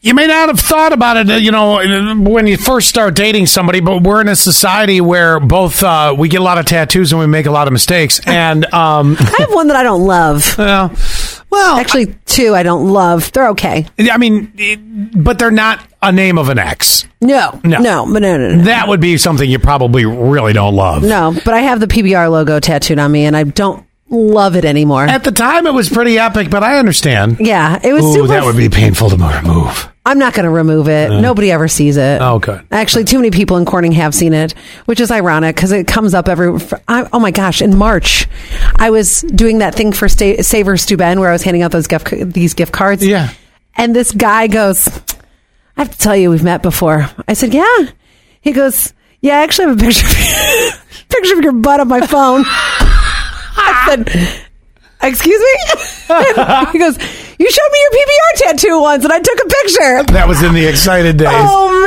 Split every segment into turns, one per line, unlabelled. you may not have thought about it, uh, you know, when you first start dating somebody, but we're in a society where both uh, we get a lot of tattoos and we make a lot of mistakes. And, um,
I have one that I don't love.
well, well,
Actually, two I don't love. They're okay.
I mean, it, but they're not a name of an ex.
No,
No.
no, no, but no, no, no.
That would be something you probably really don't love.
No, but I have the PBR logo tattooed on me, and I don't love it anymore.
At the time, it was pretty epic, but I understand.
yeah, it was
Ooh,
super.
that would be painful to remove.
I'm not going to remove it. Nobody ever sees it.
Oh, good.
Actually, too many people in Corning have seen it, which is ironic because it comes up every. I, oh my gosh! In March, I was doing that thing for Sta- Saver Steuben where I was handing out those gift these gift cards.
Yeah.
And this guy goes, I have to tell you, we've met before. I said, Yeah. He goes, Yeah, I actually have a picture of, picture of your butt on my phone. I said, Excuse me? he goes, You showed me your PBR tattoo once and I took a picture.
That was in the excited days.
Oh,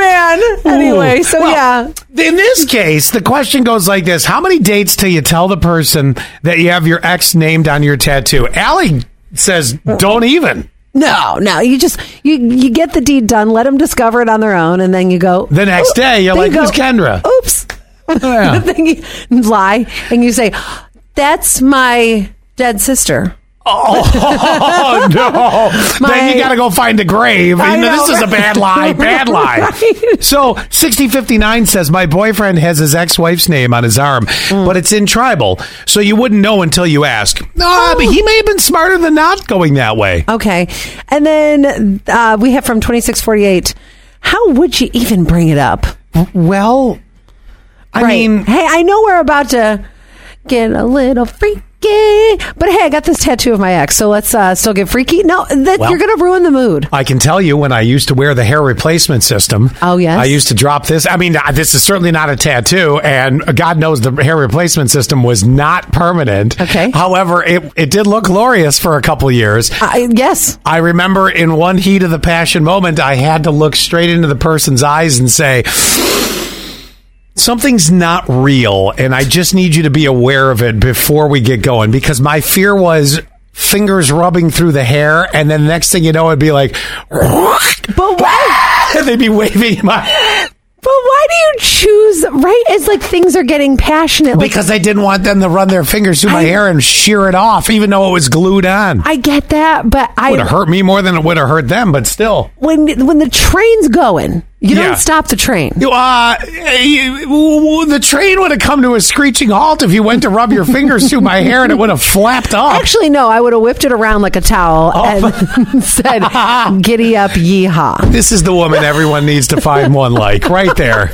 man. Anyway,
Ooh.
so
Well,
yeah.
In this case, the question goes like this How many dates till you tell the person that you have your ex named on your tattoo? Allie says, don't even.
No, no. You just you you get the deed done, let them discover it on their own, and then you go
The next
"Oop."
day, you're
Then
like,
you
"Who's Kendra?" Oh,
Oops.
Yeah.
then you lie and you say, "That's my dead sister."
Oh, no. then
My-
you got to go find a grave.
I
You know,
know,
this is a
right?
bad lie. Bad lie.
Right.
So 6059 says, My boyfriend has his ex wife's name on his arm,
Mm.
but it's in tribal. So you wouldn't know until you ask. No, but
Oh.
he may have been smarter than not going that way.
Okay, and then uh, we have from twenty six forty eight. How would you even bring it up?
Well, I
right.
mean,
hey, I know we're about to get a little freaky, but hey, I got this tattoo of my ex, so let's uh, still get freaky. No, that
Well-
you're going to ruin the mood.
I can tell you when I used to wear the hair replacement system.
Oh, yes?
I used to drop this. I mean, uh, this is certainly not a tattoo, and God knows the hair replacement system was not permanent.
Okay.
However, it, it did look glorious for a couple years.
I, yes,
I remember in one heat of the passion moment, I had to look straight into the person's eyes and say, Something's not real, and I just need you to be aware of it before we get going because my fear was fingers rubbing through the hair, and then next thing you know, it'd be like,
but why?
and they'd be waving my.
But why do you choose right as like things are getting passionate? Like
Because I didn't want them to run their fingers through my
I-
hair and shear it off, even though it was glued on.
I get that, but
Would
I
have hurt me more than it would have hurt them, but still.
when when the train's going, you
Yeah.
don't stop the train.
Uh, the train would have come to a screeching halt if you went to rub your fingers through my hair and it would have flapped off.
Actually, no, I would have whipped it around like a towel and said, "Giddy up, yeehaw."
this is the woman everyone needs to find one like right there.